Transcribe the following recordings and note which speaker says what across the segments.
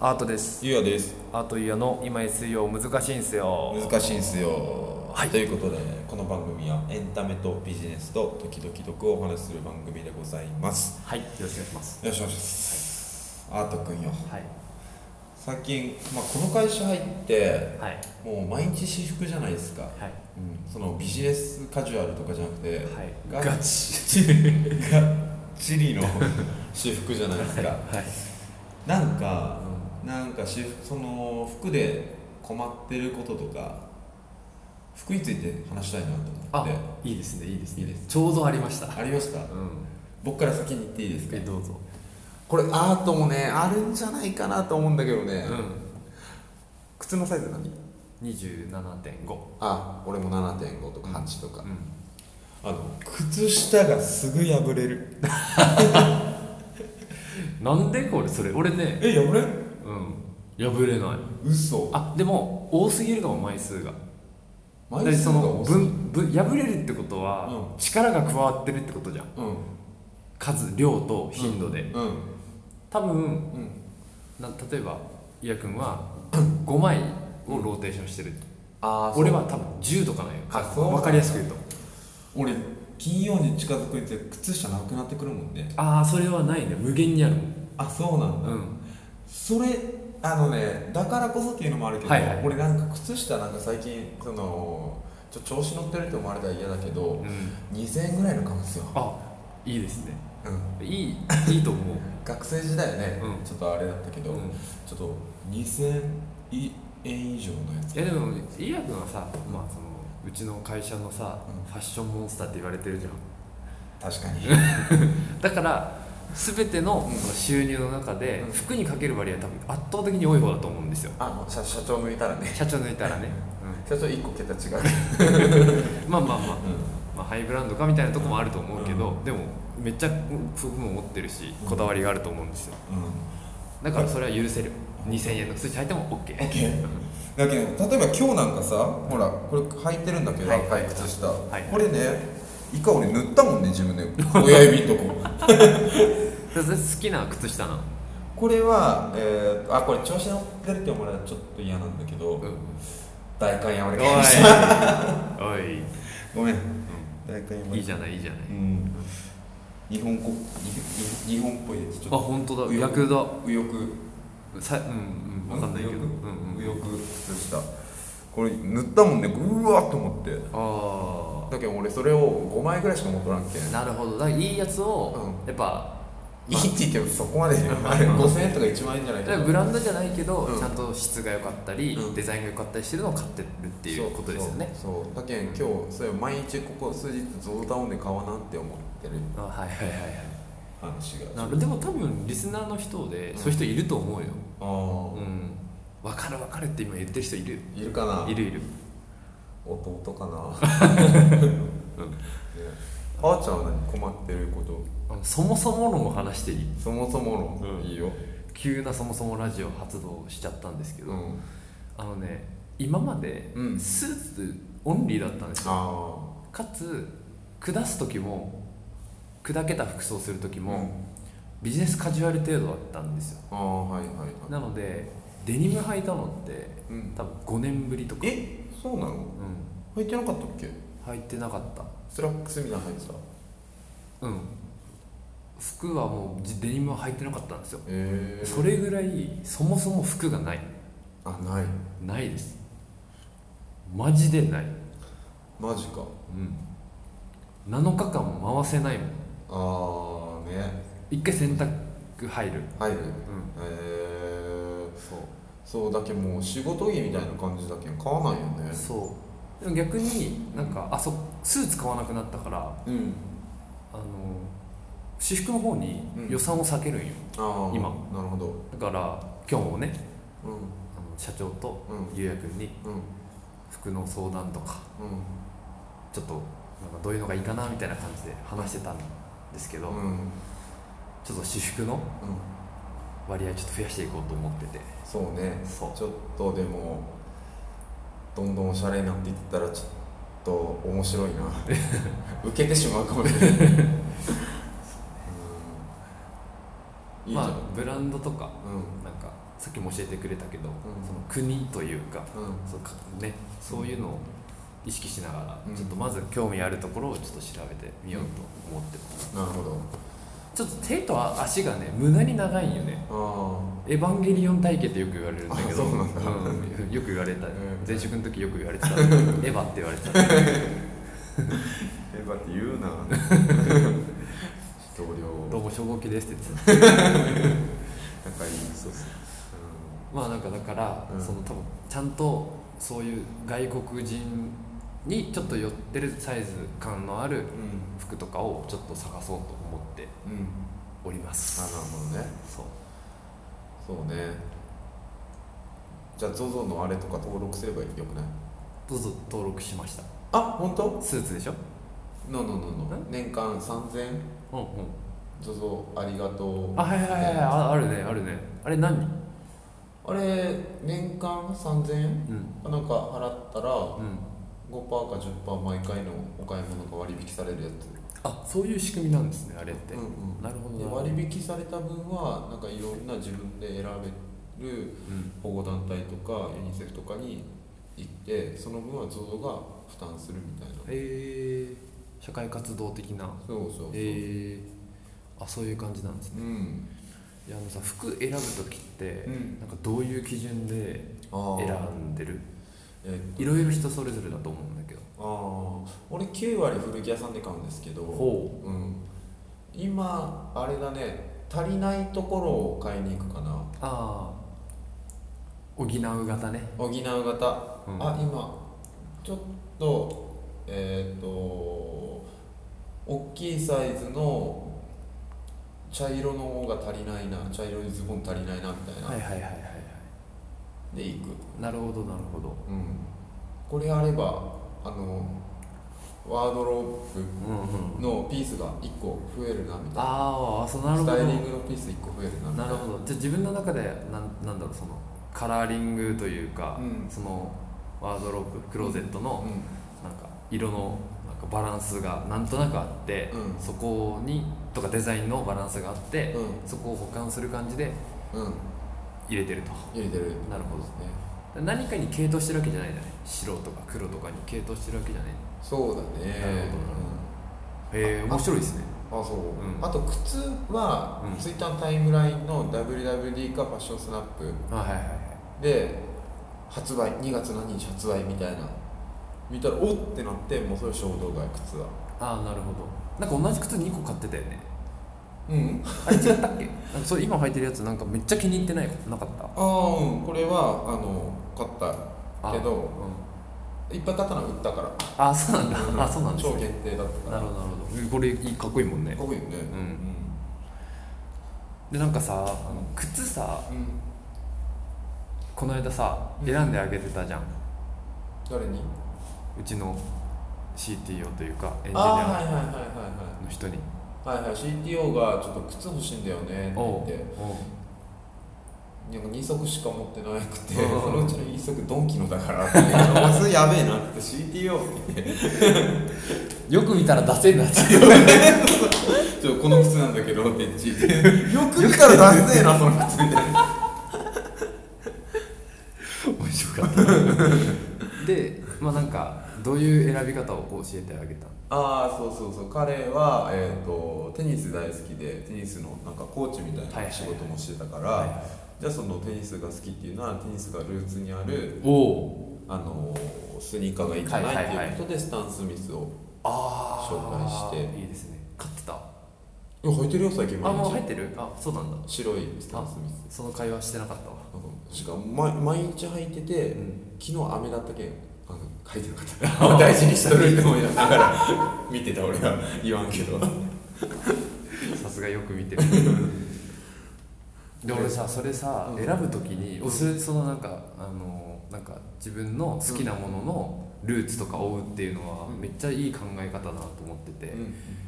Speaker 1: アートです
Speaker 2: ゆうやです
Speaker 1: アートゆうやの今 SEO 難しいんすよ
Speaker 2: 難しいんすよ、
Speaker 1: はい
Speaker 2: ということでこの番組はエンタメとビジネスと時々得をお話しする番組でございます
Speaker 1: はいよろしくお願いします
Speaker 2: よろしくお願いします、アートくんよ
Speaker 1: はい
Speaker 2: 最近、まあ、この会社入って
Speaker 1: はい
Speaker 2: もう毎日私服じゃないですか、
Speaker 1: はい
Speaker 2: うん、そのビジネスカジュアルとかじゃなくて、
Speaker 1: はい
Speaker 2: が
Speaker 1: ガ
Speaker 2: がっ
Speaker 1: チ
Speaker 2: ち りの私服じゃないですか
Speaker 1: はい
Speaker 2: なんか、なんか私服その服で困ってることとか服について話したいなと
Speaker 1: あ
Speaker 2: 思って
Speaker 1: いいですねいいです
Speaker 2: いい
Speaker 1: ね
Speaker 2: です
Speaker 1: ちょうどありました
Speaker 2: ありました
Speaker 1: うん
Speaker 2: 僕から先に言っていいですか
Speaker 1: えどうぞ
Speaker 2: これアートもねあるんじゃないかなと思うんだけどね、
Speaker 1: うん
Speaker 2: 靴のサイズ何
Speaker 1: 27.5
Speaker 2: あ俺も7.5とか8とか、
Speaker 1: うん
Speaker 2: あの靴下がすぐ破れる
Speaker 1: なんでこれそれ俺ね
Speaker 2: え破れん
Speaker 1: うん破れない
Speaker 2: 嘘
Speaker 1: あでも多すぎるかも枚数が
Speaker 2: 枚
Speaker 1: だって
Speaker 2: 数
Speaker 1: そ
Speaker 2: が
Speaker 1: の
Speaker 2: 多すぎる
Speaker 1: 分分破れるってことは、
Speaker 2: う
Speaker 1: 力が加わってるってことじゃん
Speaker 2: うん
Speaker 1: 数量と頻度で、
Speaker 2: うん
Speaker 1: 多分
Speaker 2: うん
Speaker 1: な例えばイヤ君は5枚 をローテーションしてる
Speaker 2: あー
Speaker 1: 俺は多分10とかなんよ
Speaker 2: あそう
Speaker 1: 分かりやすく言うと
Speaker 2: 俺金曜に近づくにつれ靴下なくなってくるもんね
Speaker 1: ああそれはないね無限にあるもん
Speaker 2: あそうなんだ、
Speaker 1: うん
Speaker 2: それあのねだからこそっていうのもあるけど、
Speaker 1: はいはい
Speaker 2: 俺なんか靴下なんか最近そのちょ調子乗ってるって思われたら嫌だけど、
Speaker 1: うん
Speaker 2: 2000円ぐらいの買うんですよ、
Speaker 1: あいいですね
Speaker 2: うん、
Speaker 1: いいいいと思う、
Speaker 2: 学生時代はね、
Speaker 1: うん
Speaker 2: ちょっとあれだったけど、
Speaker 1: うん、
Speaker 2: ちょっと2000円以上のやつ
Speaker 1: いやでもイヤ君はさ、まあ、そのうちの会社のさ、
Speaker 2: うん
Speaker 1: ファッションモンスターって言われてるじゃん
Speaker 2: 確かに
Speaker 1: だから全ての
Speaker 2: うん
Speaker 1: その収入の中で
Speaker 2: うん
Speaker 1: 服にかける割合は多分圧倒的に多い方だと思うんですよ
Speaker 2: あもう社社長抜いたらね
Speaker 1: 社長抜いたら ね、
Speaker 2: 社長1個桁違う、
Speaker 1: うんまあまあまあ、まあ、ハイブランドかみたいなとこもあると思うけど、
Speaker 2: う
Speaker 1: でもめっちゃ服も持ってるし
Speaker 2: うん
Speaker 1: こだわりがあると思うんですよ
Speaker 2: うん
Speaker 1: だからそれは許せる2000円の靴下履いても OK
Speaker 2: オッケーだけど例えば今日なんかさほらこれ履いてるんだけど、
Speaker 1: はいはい
Speaker 2: 靴下、
Speaker 1: い
Speaker 2: これね一回俺塗ったもんね自分で親指のとこ
Speaker 1: で それ好きな靴下なの、
Speaker 2: これは、えー、あこれ調子乗ってるって思われたらちょっと嫌なんだけど、大観やめ
Speaker 1: おい
Speaker 2: てきました
Speaker 1: おい、
Speaker 2: ごめん大観や
Speaker 1: いいじゃないいいじゃない
Speaker 2: うん日本こ日日日本っぽいですちょっ
Speaker 1: あ
Speaker 2: と
Speaker 1: 本当だ
Speaker 2: 右翼
Speaker 1: 逆だ
Speaker 2: 右翼
Speaker 1: さうんうん分かんないけど、う
Speaker 2: うんん
Speaker 1: うん、
Speaker 2: 右翼靴下これ塗ったもんねうわっと思って
Speaker 1: あ
Speaker 2: だけど俺それを5枚ぐらいしか持っとらんけん
Speaker 1: あなるほどだからいいやつを、
Speaker 2: う
Speaker 1: やっぱ
Speaker 2: いいって言ってもそこまでねあれ5000円とか1万円じゃない
Speaker 1: だからブランドじゃないけど、
Speaker 2: うん
Speaker 1: ちゃんと質が良かったり、
Speaker 2: うん
Speaker 1: デザインが良かったりしてるのを買ってるっていうことですよね
Speaker 2: そうそうそうだけん今日それ毎日ここ数日ゾウタウンで買わなって思ってる
Speaker 1: あはいはいはいはい
Speaker 2: 話が
Speaker 1: なるでも多分リスナーの人で、
Speaker 2: うん
Speaker 1: そういう人いると思うよう
Speaker 2: あ
Speaker 1: ん分かる分かるって今言ってる人いる
Speaker 2: あいるかない
Speaker 1: るいる
Speaker 2: 弟か なねあーちゃんは何困ってること
Speaker 1: あのそもそも論を話していい
Speaker 2: そもそもの、
Speaker 1: うん
Speaker 2: いいよ
Speaker 1: 急なそもそもラジオ発動しちゃったんですけど、
Speaker 2: ん
Speaker 1: あのね今まで
Speaker 2: うん
Speaker 1: スーツオンリーだったんですよ、
Speaker 2: あ
Speaker 1: かつ下す時も砕けた服装する時
Speaker 2: あ
Speaker 1: も、ビジネスカジュアル程度だったんですよ
Speaker 2: ああはいはいはい
Speaker 1: なのでデニム履いたのって
Speaker 2: うん
Speaker 1: 多分5年ぶりとか、
Speaker 2: えそうなの
Speaker 1: うん、
Speaker 2: 履いてなかったっけ
Speaker 1: 履いてなかった
Speaker 2: スラックスみたいなの履いてたへ
Speaker 1: うん服はもうじデニムは履いてなかったんですよ
Speaker 2: え
Speaker 1: それぐらいそもそも服がない
Speaker 2: あない
Speaker 1: ないですマジでない、
Speaker 2: マジか
Speaker 1: うん、7日間も回せないもん
Speaker 2: ああね
Speaker 1: 一回洗濯入る
Speaker 2: 入るへ
Speaker 1: うん
Speaker 2: え
Speaker 1: そう
Speaker 2: そうだけどもう仕事着みたいな感じだけど買わないよね
Speaker 1: そうでも逆になんかあそうスーツ買わなくなったから
Speaker 2: うん
Speaker 1: あの私服の方に予算を避けるんよ、
Speaker 2: ああ
Speaker 1: 今
Speaker 2: なるほど
Speaker 1: だから今日もね
Speaker 2: うん
Speaker 1: あの社長と
Speaker 2: うん
Speaker 1: ゆうやくんに
Speaker 2: うん
Speaker 1: 服の相談とか
Speaker 2: う
Speaker 1: ちょっとなんかどういうのがいいかなみたいな感じで話してたんですけど、
Speaker 2: んうん
Speaker 1: ちょっと私服の
Speaker 2: うん
Speaker 1: 割合ちょっと増やしていこうと思ってて
Speaker 2: そうね
Speaker 1: そう
Speaker 2: ちょっとでもどんどんおしゃれになっていったらちょっと面白いな 受けてしまうかもしれないうんいいじゃん、
Speaker 1: まあブランドとか
Speaker 2: うん
Speaker 1: なんかさっきも教えてくれたけど、
Speaker 2: ん
Speaker 1: その国というか
Speaker 2: うん
Speaker 1: そうか、ね、そういうのを意識しながら、
Speaker 2: うん
Speaker 1: ちょっとまず興味あるところをちょっと調べてみようと思ってます、
Speaker 2: なるほど
Speaker 1: ちょっと手と足がね無駄に長いんよね
Speaker 2: あ
Speaker 1: エヴァンゲリオン体型ってよく言われるんだけど
Speaker 2: あそうなんだ
Speaker 1: うんよく言われた、
Speaker 2: ん
Speaker 1: 前職の時よく言われてたエヴァって言われてた
Speaker 2: あえばって言うな 同
Speaker 1: ど
Speaker 2: 僚
Speaker 1: うも初号機ですって言ってた
Speaker 2: 仲いいそうっす
Speaker 1: まあなんかだから、
Speaker 2: うん
Speaker 1: その多分ちゃんとそういう外国人にちょっと寄ってるサイズ感のある
Speaker 2: うんうん
Speaker 1: 服とかをちょっと探そうと思って
Speaker 2: うん
Speaker 1: おりま
Speaker 2: あな
Speaker 1: す
Speaker 2: るほどね
Speaker 1: そう
Speaker 2: そうねじゃあ ZOZO のあれとか登録すればよくない
Speaker 1: どうぞ登録しました
Speaker 2: あ本当
Speaker 1: スーツでしょ
Speaker 2: ノーノーノーノー年間3000
Speaker 1: うんうん
Speaker 2: ZOZO ありがとう
Speaker 1: あはいはいはいはいああるねあるねあれ何
Speaker 2: あれ年間3000円
Speaker 1: うん
Speaker 2: なんか払ったら
Speaker 1: うん
Speaker 2: 5%か10%毎回のお買い物が割引されるやつ
Speaker 1: あそういう仕組みなんですねあれって、
Speaker 2: うんうん
Speaker 1: なるほど
Speaker 2: で
Speaker 1: な
Speaker 2: 割引された分はなんかいろんな自分で選べる
Speaker 1: うん
Speaker 2: 保護団体とかユニセフとかに行ってその分は ZOZO が負担するみたいな
Speaker 1: えー、社会活動的な
Speaker 2: そうそうそう、
Speaker 1: えー、あそういう感じなんですね
Speaker 2: うん
Speaker 1: いやあのさ服選ぶ時って、
Speaker 2: うん
Speaker 1: なんかどういう基準で
Speaker 2: あ
Speaker 1: 選
Speaker 2: あ
Speaker 1: んでる
Speaker 2: えっと
Speaker 1: いろいろ人それぞれだと思うんだけど
Speaker 2: ああ俺9割古着屋さんで買うんですけど
Speaker 1: ほ
Speaker 2: うん、今あれだね足りないところを買いに行くかな
Speaker 1: ああ補う型ね、
Speaker 2: 補う型、
Speaker 1: うん、
Speaker 2: あ今ちょっとえっ、と大きいサイズの茶色の方が足りないな茶色いズボン足りないなみたいな、
Speaker 1: はいはいはいはいはい
Speaker 2: で行く
Speaker 1: なるほどなるほど
Speaker 2: うんこれあればあのワードロ
Speaker 1: う
Speaker 2: ー
Speaker 1: んうん
Speaker 2: プのピースが1個増えるなみたいな
Speaker 1: ああそうなる
Speaker 2: ス
Speaker 1: ほど
Speaker 2: タイリングのピース1個増えるなみた
Speaker 1: ない
Speaker 2: な
Speaker 1: るほどじゃあ自分の中でなんなんだろうそのカラーリングというか、
Speaker 2: うん
Speaker 1: そのワードロープクローゼットの
Speaker 2: うん
Speaker 1: なんか色のなんかバランスがなんとなくあって、
Speaker 2: うん
Speaker 1: そこにとかデザインのバランスがあって、
Speaker 2: う
Speaker 1: そこを補完する感じで
Speaker 2: ん、うん、
Speaker 1: 入れてると
Speaker 2: 入れてる
Speaker 1: なるほ
Speaker 2: ですね
Speaker 1: ど何かに系統してるわけじゃないんだね白とか黒とかに系統してるわけじゃないへ
Speaker 2: そうだね
Speaker 1: なるえ面白いですね
Speaker 2: うんあそう、
Speaker 1: うん
Speaker 2: あと靴は、
Speaker 1: うん
Speaker 2: ツイッターのタイムラインの WWD かファッションスナップ
Speaker 1: あはいはいはい
Speaker 2: で発売2月何日発売みたいな見たらおっってなってもうそれ衝動買い靴は
Speaker 1: ああなるほどなんか同じ靴2個買ってたよね
Speaker 2: うん
Speaker 1: あれ違ったっけなんかそれ今履いてるやつなんかめっちゃ気に入ってないなかった
Speaker 2: ああうんこれはあの買った
Speaker 1: あ
Speaker 2: けど
Speaker 1: うん
Speaker 2: いっぱい買ったのは売ったから
Speaker 1: あそうなん だあそうなんです
Speaker 2: 超
Speaker 1: ね
Speaker 2: 限定だったか
Speaker 1: な
Speaker 2: ら
Speaker 1: るほどなるほどこれいいかっこいいもんね
Speaker 2: かっこいいよね
Speaker 1: んでなんかさあの靴さ
Speaker 2: うん、うん、
Speaker 1: この間さ
Speaker 2: うん
Speaker 1: 選んであげてたじゃん、
Speaker 2: 誰に
Speaker 1: うちの CTO というかエンジニ
Speaker 2: ああは
Speaker 1: ア
Speaker 2: いはいはいはいはい
Speaker 1: の人に
Speaker 2: はいはい CTO がちょっと靴欲しいんだよねって言
Speaker 1: お
Speaker 2: っ
Speaker 1: う
Speaker 2: てなんか2足しか持ってなくてそ
Speaker 1: うん
Speaker 2: のうちの1足ドンキのだからっておすやべえなって CTO
Speaker 1: おうよく見たら出せんなって
Speaker 2: ちょっとこの靴なんだけどって言ってよく見たらダセえなその靴みたいな
Speaker 1: 面白かったでまあなんかどういう選び方をこう教えてあげたの
Speaker 2: ああそうそうそう彼は、えー、とテニス大好きでテニスのなんかコーチみた
Speaker 1: はいは
Speaker 2: い
Speaker 1: いは
Speaker 2: ない仕事もしてたから、
Speaker 1: は
Speaker 2: じゃあそのテニスが好きっていうのはテニスがルーツにある、
Speaker 1: おお
Speaker 2: あのスニーカーがいいんじゃない
Speaker 1: はいはい
Speaker 2: って
Speaker 1: はい
Speaker 2: いうことでスタン・スミスを
Speaker 1: あ
Speaker 2: 紹介して
Speaker 1: いいですね買ってたあ
Speaker 2: いや履いてるよ最近毎
Speaker 1: もう入っ
Speaker 2: 日
Speaker 1: てるあそうなんだ
Speaker 2: 白いスタンスミス
Speaker 1: その会話してなかったわ
Speaker 2: なんかしかも毎毎日履いてて、
Speaker 1: うん
Speaker 2: 昨日雨だったけんあの履いてなか った大事にしとるって思いながら 見てた俺は言わんけど
Speaker 1: さすがよく見てるで俺さそれさ、
Speaker 2: うん
Speaker 1: 選ぶときにおすそのなんかあのなんか自分の好きなもののルーツとか追うっていうのは
Speaker 2: うん
Speaker 1: めっちゃいい考え方だなと思ってて、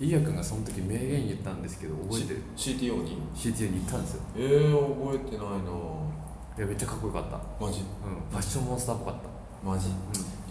Speaker 1: いいやくんがその時名言言ったんですけど覚えてる
Speaker 2: CTO に
Speaker 1: CTO に言ったんですよ
Speaker 2: えー、覚えてないない
Speaker 1: やめっちゃかっこよかった、
Speaker 2: マジ
Speaker 1: うん、ファッションモンスターっぽかった、
Speaker 2: マ
Speaker 1: う
Speaker 2: ジ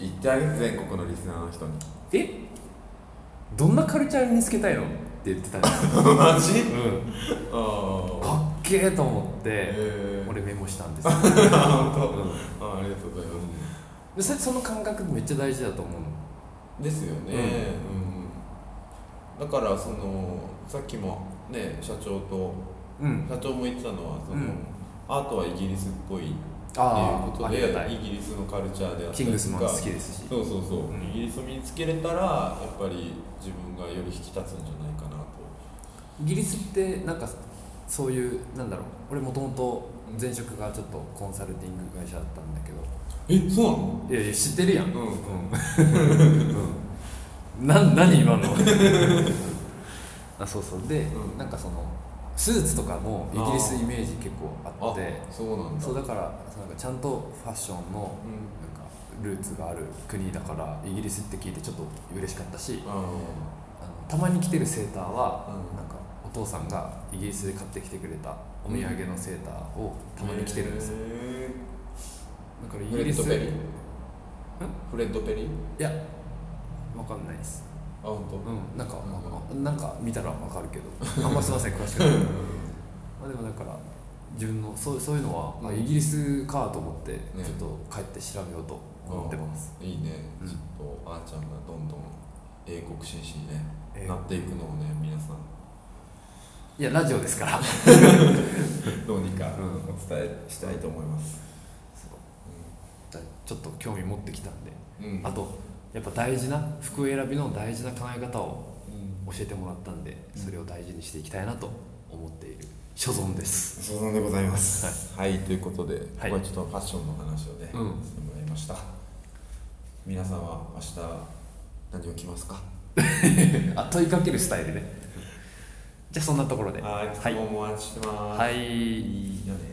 Speaker 2: 言ってあげて全国のリスナーの人に
Speaker 1: ん、えどんなカルチャーにつけたいのって言ってたんですよ、
Speaker 2: マジ
Speaker 1: うん、
Speaker 2: あ
Speaker 1: かっけげえと思って
Speaker 2: えー、
Speaker 1: 俺メモしたんです よ、
Speaker 2: 本当
Speaker 1: うん
Speaker 2: あありがとうございま
Speaker 1: でそれその感覚めっちゃ大事だと思うの
Speaker 2: すですよね、うんだからそのさっきもね社長と
Speaker 1: うん
Speaker 2: 社長も言ってたのはその、
Speaker 1: うん
Speaker 2: アートはイギリスっぽいっていう
Speaker 1: あ
Speaker 2: こ
Speaker 1: あ
Speaker 2: と
Speaker 1: ありがた
Speaker 2: で
Speaker 1: い
Speaker 2: イギリスのカルチャーであった
Speaker 1: キ
Speaker 2: り
Speaker 1: ン
Speaker 2: と
Speaker 1: グ
Speaker 2: か
Speaker 1: スマン好きですし
Speaker 2: そうそうそう、
Speaker 1: うん
Speaker 2: イギリスを身につけれたらやっぱり自分がより引き立つんじゃないかなと
Speaker 1: イギリスってなんかそういうなんだろう俺もともと前職がちょっとコンサルティング会社だったんだけど
Speaker 2: えそうなの
Speaker 1: いやいや知ってるやん
Speaker 2: うんうん
Speaker 1: うん、 な何今のあそうそうで、
Speaker 2: うん
Speaker 1: なんかそのスーツとかもイギリスイメージ結構あ
Speaker 2: あ
Speaker 1: って
Speaker 2: そうなんだ
Speaker 1: そうだからそのなんかちゃんとファッションの
Speaker 2: うん
Speaker 1: なんかルーツがある国だからイギリスって聞いてちょっと嬉しかったし
Speaker 2: あ
Speaker 1: あのたまに着てるセーターは
Speaker 2: あうん
Speaker 1: なんかお父さんがイギリスで買ってきてくれたお土産のセーターをたまに着てるんですよ、
Speaker 2: へ
Speaker 1: だから
Speaker 2: ー
Speaker 1: イギ
Speaker 2: フレ
Speaker 1: リ
Speaker 2: ッド
Speaker 1: ス
Speaker 2: ペリー
Speaker 1: ん
Speaker 2: フレッドペリー
Speaker 1: いやわかんないです
Speaker 2: あ本当。
Speaker 1: うん、なんか、
Speaker 2: う
Speaker 1: なんか見たらわかるけど、あんますいません、詳しく ない。まあ、でも、だから、自分の、そう、そういうのは、まあ、
Speaker 2: うん
Speaker 1: イギリスかと思って、ちょっと帰って調べようと思ってます。
Speaker 2: いいね、
Speaker 1: うん
Speaker 2: ちょっとあーちゃんがどんどん英国紳士にね、
Speaker 1: えー
Speaker 2: なっていくのをね皆さん
Speaker 1: いや、ラジオです から。
Speaker 2: どうにか
Speaker 1: うん
Speaker 2: お伝えしたいと思います、
Speaker 1: ちょっと興味持ってきたんで、
Speaker 2: うんうん
Speaker 1: あと、やっぱ大事な服選びの大事な考え方を
Speaker 2: うん
Speaker 1: 教えてもらったんで、それを大事にしていきたいなと思っている所存です。
Speaker 2: 相談でございますはい、ということで、
Speaker 1: はい
Speaker 2: ここはちょっとファッションの話をね、
Speaker 1: うん
Speaker 2: してもらいました皆さんは明日何を着ますか
Speaker 1: あ、問いかけるスタイルね。じゃあ、そんなところで。
Speaker 2: はい
Speaker 1: はい
Speaker 2: 質問お待ちしてます
Speaker 1: はい
Speaker 2: いいよね